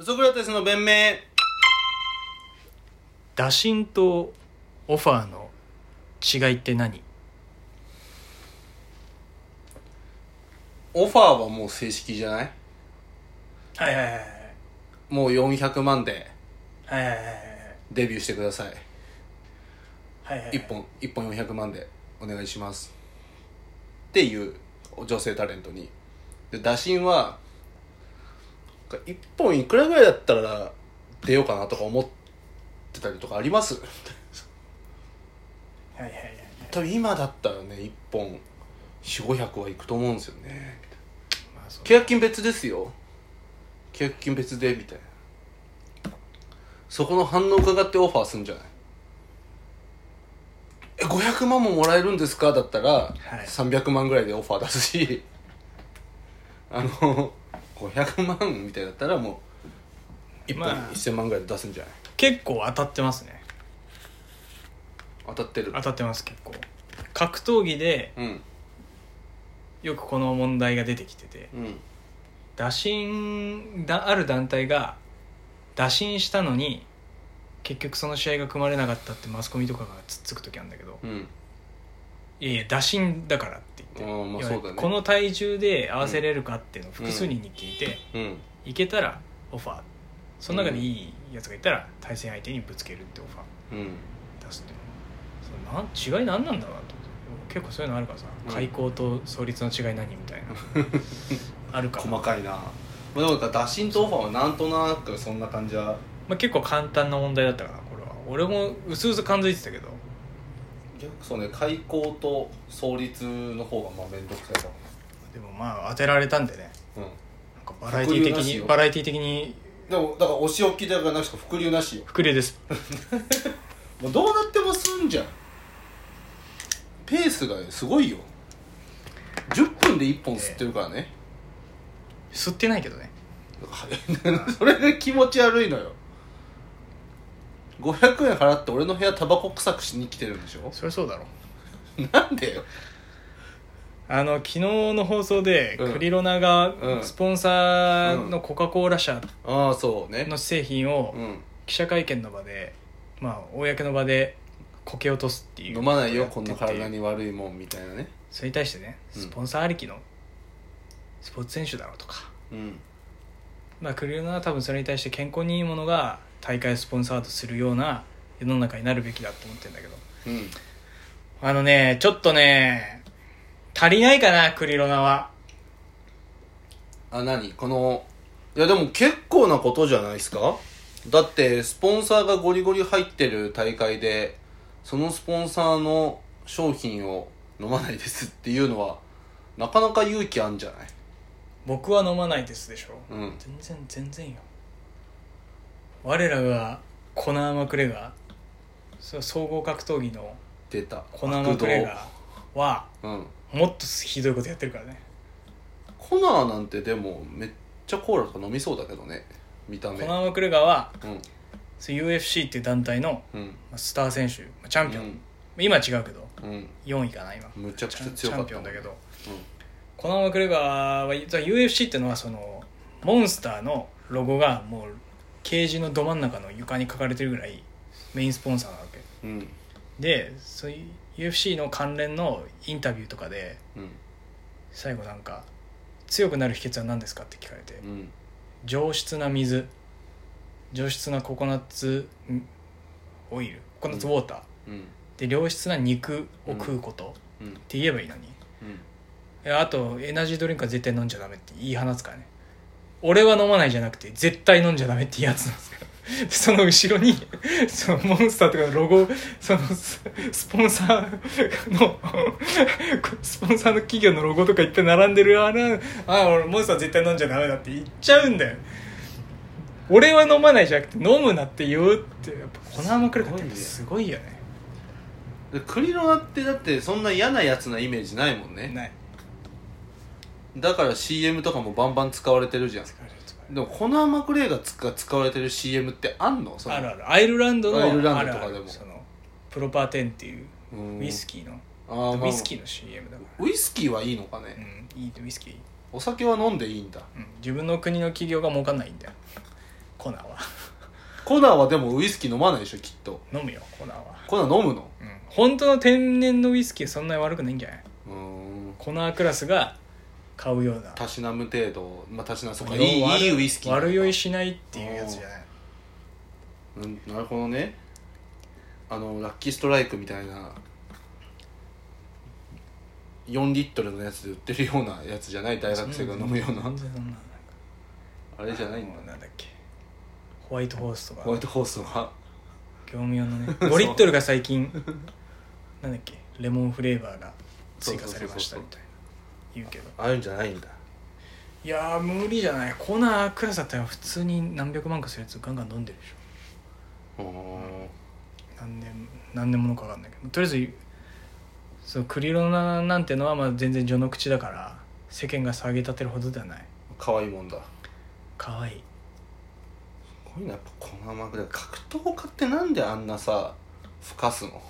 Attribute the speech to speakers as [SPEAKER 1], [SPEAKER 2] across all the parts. [SPEAKER 1] ソクラテスの弁明
[SPEAKER 2] 打診とオファーの違いって何
[SPEAKER 1] オファーはもう正式じゃない
[SPEAKER 2] はいはいはいはい
[SPEAKER 1] もう400万で
[SPEAKER 2] はいはい
[SPEAKER 1] デビューしてください
[SPEAKER 2] はいはい
[SPEAKER 1] 1本1本400万でお願いしますっていう女性タレントにで打診は1本いくらぐらいだったら出ようかなとか思ってたりとかあります
[SPEAKER 2] はいはいはい
[SPEAKER 1] 多分今だったらね1本4500はいくと思うんですよね
[SPEAKER 2] まあそう
[SPEAKER 1] 契約金別ですよ契約金別でみたいなそこの反応を伺ってオファーするんじゃないえ500万ももらえるんですかだったら、
[SPEAKER 2] い
[SPEAKER 1] 300万ぐらいでオファー出すし あの500万みたいだったらもう1本
[SPEAKER 2] まあ
[SPEAKER 1] 1000万ぐらいで出すんじゃない
[SPEAKER 2] 結構当たってますね
[SPEAKER 1] 当たってる
[SPEAKER 2] 当たってます結構格闘技で
[SPEAKER 1] うん
[SPEAKER 2] よくこの問題が出てきてて
[SPEAKER 1] うん
[SPEAKER 2] 打診だある団体が打診したのに結局その試合が組まれなかったってマスコミとかがつっつく時あるんだけど
[SPEAKER 1] うん
[SPEAKER 2] いやいや打診だからって言って、
[SPEAKER 1] うんまあ
[SPEAKER 2] いや
[SPEAKER 1] そうだね
[SPEAKER 2] この体重で合わせれるかっていうのを複数人に聞いて、
[SPEAKER 1] うん
[SPEAKER 2] いけたらオファーその中でいいやつがいたら対戦相手にぶつけるってオファ
[SPEAKER 1] うん
[SPEAKER 2] ー出すっていうのそれなん違い何なんだろうなと思って結構そういうのあるからさ
[SPEAKER 1] うん
[SPEAKER 2] 開口と創立の違い何みたい なあるから
[SPEAKER 1] 細かいな、まあ、でもなんか打診とオファーはなんとなくそんな感じは
[SPEAKER 2] まあ、結構簡単な問題だったかなこれは俺もうすうす感づいてたけど
[SPEAKER 1] 逆にそうね開口と創立の方がまあ面倒くさいか
[SPEAKER 2] でもまあ当てられたんでね
[SPEAKER 1] もうん
[SPEAKER 2] なんかバラエティ
[SPEAKER 1] 伏流
[SPEAKER 2] 的
[SPEAKER 1] なし
[SPEAKER 2] に
[SPEAKER 1] よ
[SPEAKER 2] バラエティ的に
[SPEAKER 1] でもだからお仕置きだからなくて伏流なしよ
[SPEAKER 2] 膨れです
[SPEAKER 1] もうどうなってもすんじゃんペースがねすごいよ10分で1本吸ってるからね、
[SPEAKER 2] 吸ってないけどね
[SPEAKER 1] なんかそれで気持ち悪いのよ500円払って俺の部屋タバコ臭くしに来てるんでしょ
[SPEAKER 2] そりゃそうだろ
[SPEAKER 1] なんでよ
[SPEAKER 2] あの昨日の放送で、
[SPEAKER 1] うん
[SPEAKER 2] クリロナが
[SPEAKER 1] うん
[SPEAKER 2] スポンサーのコカ・コーラ社
[SPEAKER 1] ああそうね
[SPEAKER 2] の製品を
[SPEAKER 1] うん
[SPEAKER 2] 記者会見の場で、まあ、公の場でこけ落とすっていう
[SPEAKER 1] 飲まないよ
[SPEAKER 2] やっ
[SPEAKER 1] こ
[SPEAKER 2] てて
[SPEAKER 1] んな体に悪いもんみたいなね
[SPEAKER 2] それに対してね
[SPEAKER 1] うん
[SPEAKER 2] スポンサーありきのスポーツ選手だろうとか、
[SPEAKER 1] うん
[SPEAKER 2] まあ、クリロナは多分それに対して健康にいいものが大会スポンサーとするような世の中になるべきだと思ってるんだけど
[SPEAKER 1] うん
[SPEAKER 2] あのねちょっとね足りないかなクリロナは
[SPEAKER 1] あ何このいやでも結構なことじゃないですかだってスポンサーがゴリゴリ入ってる大会でそのスポンサーの商品を飲まないですっていうのはなかなか勇気あんじゃない
[SPEAKER 2] 僕は飲まないですでしょ
[SPEAKER 1] うん
[SPEAKER 2] 全然全然よ我らがコナー・マクレガーそう総合格闘技の
[SPEAKER 1] 出た
[SPEAKER 2] コナー・マクレガーは
[SPEAKER 1] 悪童うん
[SPEAKER 2] もっとひどいことやってるからね
[SPEAKER 1] コナーなんてでもめっちゃコーラとか飲みそうだけどね見た
[SPEAKER 2] コ
[SPEAKER 1] 目
[SPEAKER 2] ナー・マクレガーは
[SPEAKER 1] うん
[SPEAKER 2] そう UFC っていう団体の
[SPEAKER 1] うん
[SPEAKER 2] まあスター選手まあチャンピオン、
[SPEAKER 1] うん
[SPEAKER 2] 今違うけど
[SPEAKER 1] うん
[SPEAKER 2] 4位かな今
[SPEAKER 1] むちゃくちゃ
[SPEAKER 2] チ
[SPEAKER 1] 強
[SPEAKER 2] ャ
[SPEAKER 1] か
[SPEAKER 2] ン
[SPEAKER 1] っ
[SPEAKER 2] ピ
[SPEAKER 1] た
[SPEAKER 2] オ
[SPEAKER 1] も
[SPEAKER 2] ン
[SPEAKER 1] ん
[SPEAKER 2] だけど
[SPEAKER 1] うん
[SPEAKER 2] コナー・マクレガーは実は UFC っていうのはそのモンスターのロゴがもうケージのど真ん中の床に書かれてるぐらいメインスポンサーなわけ
[SPEAKER 1] うん
[SPEAKER 2] でそういう UFC の関連のインタビューとかで
[SPEAKER 1] うん
[SPEAKER 2] 最後なんか「強くなる秘訣は何ですか?」って聞かれて
[SPEAKER 1] うん
[SPEAKER 2] 「上質な水上質なココナッツんオイルココナッツウォーター、
[SPEAKER 1] うん
[SPEAKER 2] で良質な肉を食うこと」っ
[SPEAKER 1] うんうん
[SPEAKER 2] て言えばいいのにえあとエナジードリンクは絶対飲んじゃダメって言い放つからね俺は飲まないじゃなくて絶対飲んじゃダメってやつなんですよ その後ろに そのモンスターとかのロゴそのススポンサーの スポンサーの企業のロゴとかいっぱい並んでるあれあ俺モンスター絶対飲んじゃダメだって言っちゃうんだよ俺は飲まないじゃなくて飲むなって言うってやっぱ粉まくるってやっぱすごいよね
[SPEAKER 1] でクリロナってだってそんな嫌なやつなイメージないもんね
[SPEAKER 2] ない
[SPEAKER 1] だから CM とかもバンバン使われてるじゃん
[SPEAKER 2] 疲れる疲れる
[SPEAKER 1] でもコナー・マクレーが使使われてる CM ってあんのその
[SPEAKER 2] あるあるアイルランドの
[SPEAKER 1] アイルランドと
[SPEAKER 2] あ
[SPEAKER 1] か
[SPEAKER 2] る
[SPEAKER 1] で
[SPEAKER 2] あ
[SPEAKER 1] も
[SPEAKER 2] るそのプロパーテンっていう
[SPEAKER 1] うん
[SPEAKER 2] ウイスキーの、
[SPEAKER 1] あーまあ
[SPEAKER 2] ウイスキーの CM だか、
[SPEAKER 1] ウイスキーはいいのからね、
[SPEAKER 2] うん、いいウイスキー、
[SPEAKER 1] お酒は飲んでいいんだ
[SPEAKER 2] うん、自分の国の企業が儲かんないんだよコナーは
[SPEAKER 1] コナーはでもウイスキー飲まないでしょきっと
[SPEAKER 2] 飲むよコナーは
[SPEAKER 1] コナー飲むの
[SPEAKER 2] うん本当の天然のウイスキーはそんなに悪くないんじゃないう
[SPEAKER 1] ーん
[SPEAKER 2] コナークラスが買うような
[SPEAKER 1] たしなむ程度まあたしなむそうかい
[SPEAKER 2] 要
[SPEAKER 1] い
[SPEAKER 2] はい
[SPEAKER 1] いウイスキー
[SPEAKER 2] 悪酔い
[SPEAKER 1] し、
[SPEAKER 2] しないっていうやつじゃない
[SPEAKER 1] うん、なるほどねあのラッキーストライクみたいな4リットルのやつで売ってるようなやつじゃない大学生が飲むような
[SPEAKER 2] 全然そんな
[SPEAKER 1] あれじゃないん
[SPEAKER 2] あの
[SPEAKER 1] だ
[SPEAKER 2] なんだっけホワイトホースとか
[SPEAKER 1] ホワイトホースは
[SPEAKER 2] 業務用のね5リットルが最近なんだっけレモンフレーバーが追加されましたみたいな言うけど
[SPEAKER 1] ああいうんじゃないんだ
[SPEAKER 2] いやー無理じゃないコナークラスだったら普通に何百万かするやつガンガン飲んでるでしょ
[SPEAKER 1] うーん
[SPEAKER 2] 何年何年ものか分かんないけどとりあえずそのクリロナなんてのはまあ全然序の口だから世間が騒ぎ立てるほどではない
[SPEAKER 1] 可愛いもんだこ
[SPEAKER 2] 可愛いう
[SPEAKER 1] いうのやっぱこのままぐらい格闘家ってなんであんなさふかすの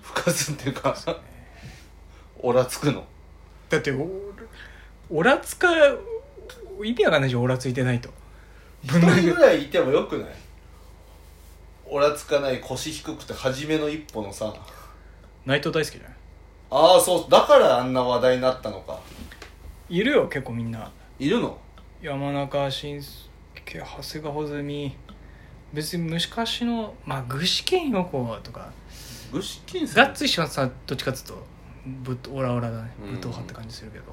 [SPEAKER 1] ふかすっていうかオラつくの
[SPEAKER 2] だっておオラつか意味わかんないでしょオラついてないと
[SPEAKER 1] 一人ぐらいいてもよくないオラつかない腰低くて初めの一歩のさ
[SPEAKER 2] 内藤大好きじゃない
[SPEAKER 1] ああそうだからあんな話題になったのか
[SPEAKER 2] いるよ結構みんない
[SPEAKER 1] るの
[SPEAKER 2] 山中伸介長谷川穂積別に昔のまあ具志堅用高とか
[SPEAKER 1] 具志堅さん
[SPEAKER 2] ガッツ石はさどっちかっつうとぶっオラオラだね
[SPEAKER 1] うん
[SPEAKER 2] 武闘派って感じするけど、ま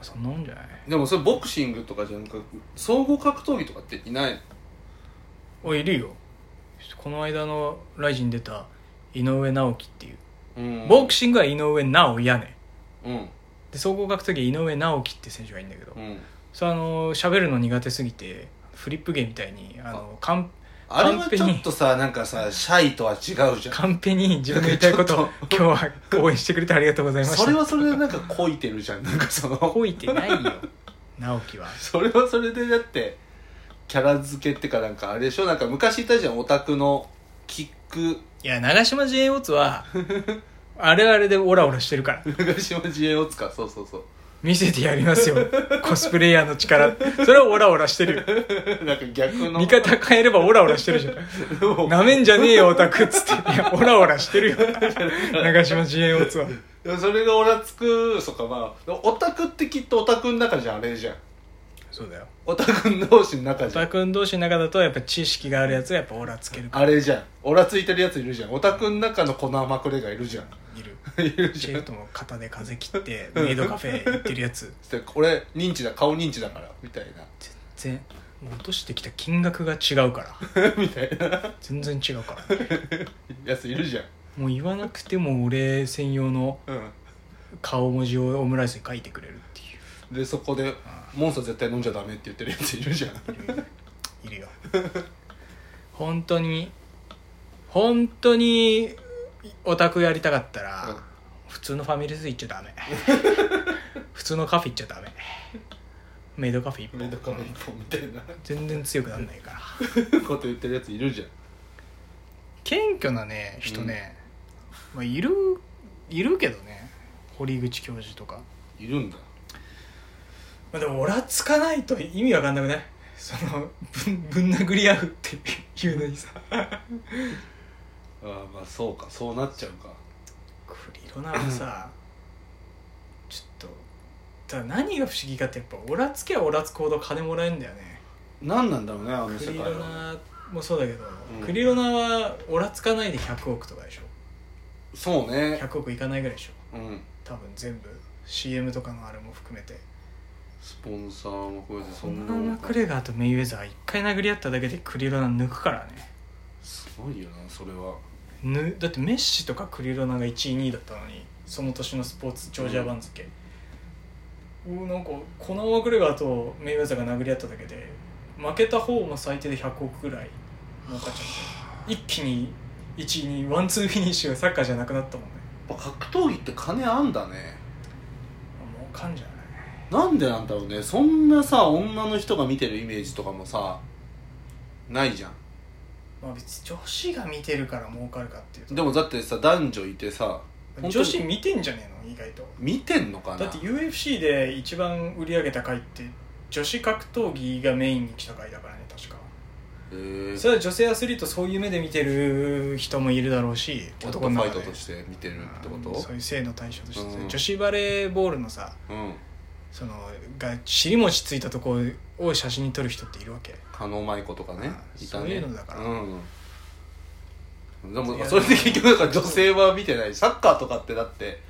[SPEAKER 2] あ、そんなもんじゃない
[SPEAKER 1] でもそれボクシングとかじゃなく総合格闘技とかっていないの
[SPEAKER 2] おいいるよこの間の「ライジン」出た井上直樹っていう、
[SPEAKER 1] うん
[SPEAKER 2] ボクシングは井上直哉ね
[SPEAKER 1] うん
[SPEAKER 2] で総合格闘技は井上直樹って選手がいいんだけど、
[SPEAKER 1] うん
[SPEAKER 2] それあの喋るの苦手すぎてフリップ芸みたいにあのカン
[SPEAKER 1] あれはちょっとさなんかさシャイとは違うじゃん
[SPEAKER 2] カンペに自分の言いたいことを今日は応援してくれてありがとうございました
[SPEAKER 1] それはそれでなんかこいてるじゃんなんかその
[SPEAKER 2] こいてないよ 直樹は
[SPEAKER 1] それはそれでだってキャラ付けってかなんかあれでしょなんか昔いたじゃんオタクのキック
[SPEAKER 2] いや長島 J オーツはあれあれでオラオラしてるから
[SPEAKER 1] 長島自衛を使うそうそうそう
[SPEAKER 2] 見せてやります よコスプレイヤーの力それはオラオラしてるよ
[SPEAKER 1] なんか逆の
[SPEAKER 2] 味方変えればオラオラしてるじゃん
[SPEAKER 1] も
[SPEAKER 2] なめんじゃねえよオタクっつっていやオラオラしてる よ長島 J オーツは
[SPEAKER 1] それがオラつくそっかまあオタクってきっとオタクの中じゃんあれじゃん
[SPEAKER 2] そうだよ
[SPEAKER 1] オタク同士の中
[SPEAKER 2] オ
[SPEAKER 1] じゃん
[SPEAKER 2] タク同士の中だとやっぱ知識があるやつはやっぱオラつけるか
[SPEAKER 1] あれじゃんオラついてるやついるじゃんオタクの中の粉まくれがいるじゃん
[SPEAKER 2] らいる
[SPEAKER 1] いる
[SPEAKER 2] シ
[SPEAKER 1] じゃ
[SPEAKER 2] ェ
[SPEAKER 1] ん
[SPEAKER 2] フとも肩で風切ってメイドカフェ行ってるやつ
[SPEAKER 1] で俺認知だ顔認知だからみたいな
[SPEAKER 2] 全然落としてきた金額が違うから
[SPEAKER 1] みたいな
[SPEAKER 2] 全然違うから
[SPEAKER 1] やついるじゃん
[SPEAKER 2] もう言わなくても俺専用の
[SPEAKER 1] う
[SPEAKER 2] 顔文字をオムライスに書いてくれるってい
[SPEAKER 1] んでそこで「モンスター絶対飲んじゃダメ」って言ってるやついるじゃん
[SPEAKER 2] ういるよ本当に本当にオタクやりたかったら、
[SPEAKER 1] うん
[SPEAKER 2] 普通のファミレス行っちゃダメ普通のカフェ行っちゃダメメイドカフェ一
[SPEAKER 1] メ
[SPEAKER 2] 本
[SPEAKER 1] イドカフェ一本みたい な
[SPEAKER 2] 全然強くなんないから
[SPEAKER 1] こと言ってるやついるじゃん
[SPEAKER 2] 謙虚なね人ね、まあ、いるいるけどね堀口教授とか、
[SPEAKER 1] いるんだ
[SPEAKER 2] まあ、でもオラつかないと意味わかんなくないそのぶんぶん殴り合うっていうのにさ
[SPEAKER 1] ああまあそうかそうなっちゃうか
[SPEAKER 2] クリロナはさちょっとただ何が不思議かってやっぱオラつけはオラつくほど金もらえるんだよね
[SPEAKER 1] 何なんだろうねあの
[SPEAKER 2] ク
[SPEAKER 1] 世
[SPEAKER 2] リ
[SPEAKER 1] 界
[SPEAKER 2] ロ
[SPEAKER 1] は
[SPEAKER 2] ナもそうだけど、
[SPEAKER 1] うん
[SPEAKER 2] クリロナはオラつかないで100億とかでしょ
[SPEAKER 1] そうね
[SPEAKER 2] 100億いかないぐらいでしょ
[SPEAKER 1] うん
[SPEAKER 2] 多分全部 CM とかのあれも含めて
[SPEAKER 1] スポンサーもこれでそ
[SPEAKER 2] そん
[SPEAKER 1] ん
[SPEAKER 2] な
[SPEAKER 1] な
[SPEAKER 2] マクレガーとメイウェザー一回殴り合っただけでクリロナ抜くからね
[SPEAKER 1] すごいよなそれは
[SPEAKER 2] ぬだってメッシとかクリロナが1位2位だったのにその年のスポーツジョージア番付、うん、なんかこのマクレガーとメイウェザーが殴り合っただけで負けた方も最低で100億ぐらい儲かっちゃって一気に1位にワンツーフィニッシュがサッカーじゃなくなったもんね
[SPEAKER 1] やっぱ格闘技って金あんだね
[SPEAKER 2] もうかんじゃない
[SPEAKER 1] なんでなんだろうねそんなさ女の人が見てるイメージとかもさないじゃん
[SPEAKER 2] まあ別に女子が見てるから儲かるかっていうと
[SPEAKER 1] でもだってさ男女いてさ本当に
[SPEAKER 2] 女子見てんじゃねえの意外と
[SPEAKER 1] 見てんのかな
[SPEAKER 2] だって UFC で一番売り上げ高いって女子格闘技がメインに来た回だからね確か
[SPEAKER 1] えー、
[SPEAKER 2] それは女性アスリートそういう目で見てる人もいるだろうし
[SPEAKER 1] 男ファイト
[SPEAKER 2] で
[SPEAKER 1] として見てるってこ
[SPEAKER 2] うん
[SPEAKER 1] と
[SPEAKER 2] そういう性の対象として、
[SPEAKER 1] うん
[SPEAKER 2] 女子バレーボールのさ
[SPEAKER 1] うん
[SPEAKER 2] そのが尻餅ついたところを写真に撮る人っているわけ
[SPEAKER 1] 狩野舞子とかね
[SPEAKER 2] うん
[SPEAKER 1] いたね
[SPEAKER 2] そういうのだから
[SPEAKER 1] うんで
[SPEAKER 2] いや
[SPEAKER 1] もそれで結局なんか女性は見てないサッカーとかってだって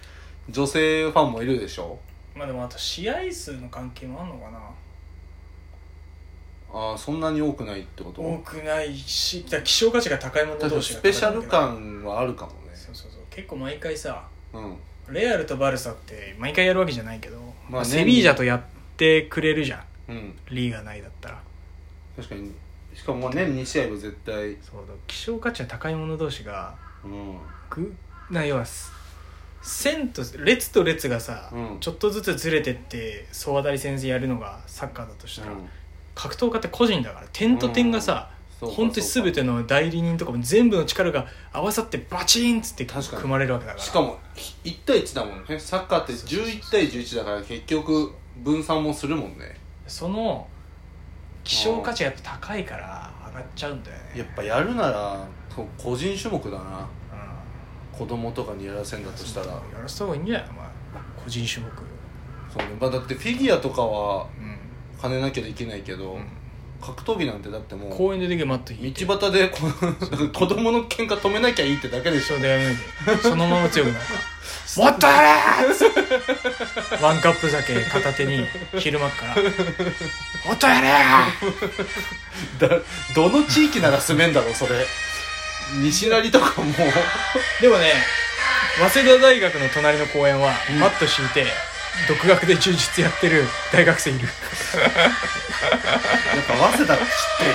[SPEAKER 1] 女性ファンもいるでしょ
[SPEAKER 2] まあでもあと試合数の関係もあんのかな
[SPEAKER 1] ああそんなに多くないってこと
[SPEAKER 2] 多くないしだから希少価値が高いもの
[SPEAKER 1] 確か
[SPEAKER 2] 同
[SPEAKER 1] に
[SPEAKER 2] 士
[SPEAKER 1] ス
[SPEAKER 2] が
[SPEAKER 1] ペシャル
[SPEAKER 2] 高いわ
[SPEAKER 1] 感はあるかもね
[SPEAKER 2] けだそうそうそう結構毎回さ
[SPEAKER 1] うん
[SPEAKER 2] レアルとバルサって毎回やるわけじゃないけど、ま
[SPEAKER 1] ま
[SPEAKER 2] あ、
[SPEAKER 1] あ
[SPEAKER 2] セビージャとやってくれるじゃん
[SPEAKER 1] うん
[SPEAKER 2] リーガないだったら
[SPEAKER 1] 確かにしかもまあ年2試合も絶対うん
[SPEAKER 2] そうだ希少価値の高いもの同士がぐな要はす線と列と列がさ、
[SPEAKER 1] うん
[SPEAKER 2] ちょっとずつずれてって総当たり戦線やるのがサッカーだとしたら、
[SPEAKER 1] うん
[SPEAKER 2] 格闘家って個人だから点と点がさ、
[SPEAKER 1] そうか
[SPEAKER 2] 本当に
[SPEAKER 1] そうか
[SPEAKER 2] 全ての代理人とかも全部の力が合わさってバチーンっつって
[SPEAKER 1] 確かに
[SPEAKER 2] 組まれるわけだから
[SPEAKER 1] しかも1対1だもんねサッカーって
[SPEAKER 2] そうそうそう
[SPEAKER 1] 11対11だから結局分散もするもんね
[SPEAKER 2] その希少価値がやっぱ高いから上がっちゃうんだよね
[SPEAKER 1] やっぱやるならそう個人種目だな
[SPEAKER 2] う
[SPEAKER 1] 子供とかにやらせんだ
[SPEAKER 2] ん
[SPEAKER 1] としたら
[SPEAKER 2] やらせた方がいいんじゃないお前個人種目
[SPEAKER 1] そう、ねまあ、だってフィギュアとかは
[SPEAKER 2] う
[SPEAKER 1] 金なきゃできないけど、
[SPEAKER 2] ん、
[SPEAKER 1] 格闘技なんてだってもう道
[SPEAKER 2] 公園でできるマット引いて
[SPEAKER 1] 端でこ子供の喧嘩止めなきゃいいってだけでしょ
[SPEAKER 2] そうだよねそのまま強くなるもっとやれーワンカップ酒片手に昼間っからもっとやれー
[SPEAKER 1] だどの地域なら住めんだろうそれ西成とかも
[SPEAKER 2] でもね早稲田大学の隣の公園は
[SPEAKER 1] うん
[SPEAKER 2] マット敷いて独学で柔術やってる大学生いる
[SPEAKER 1] やっぱ早稲田知ってる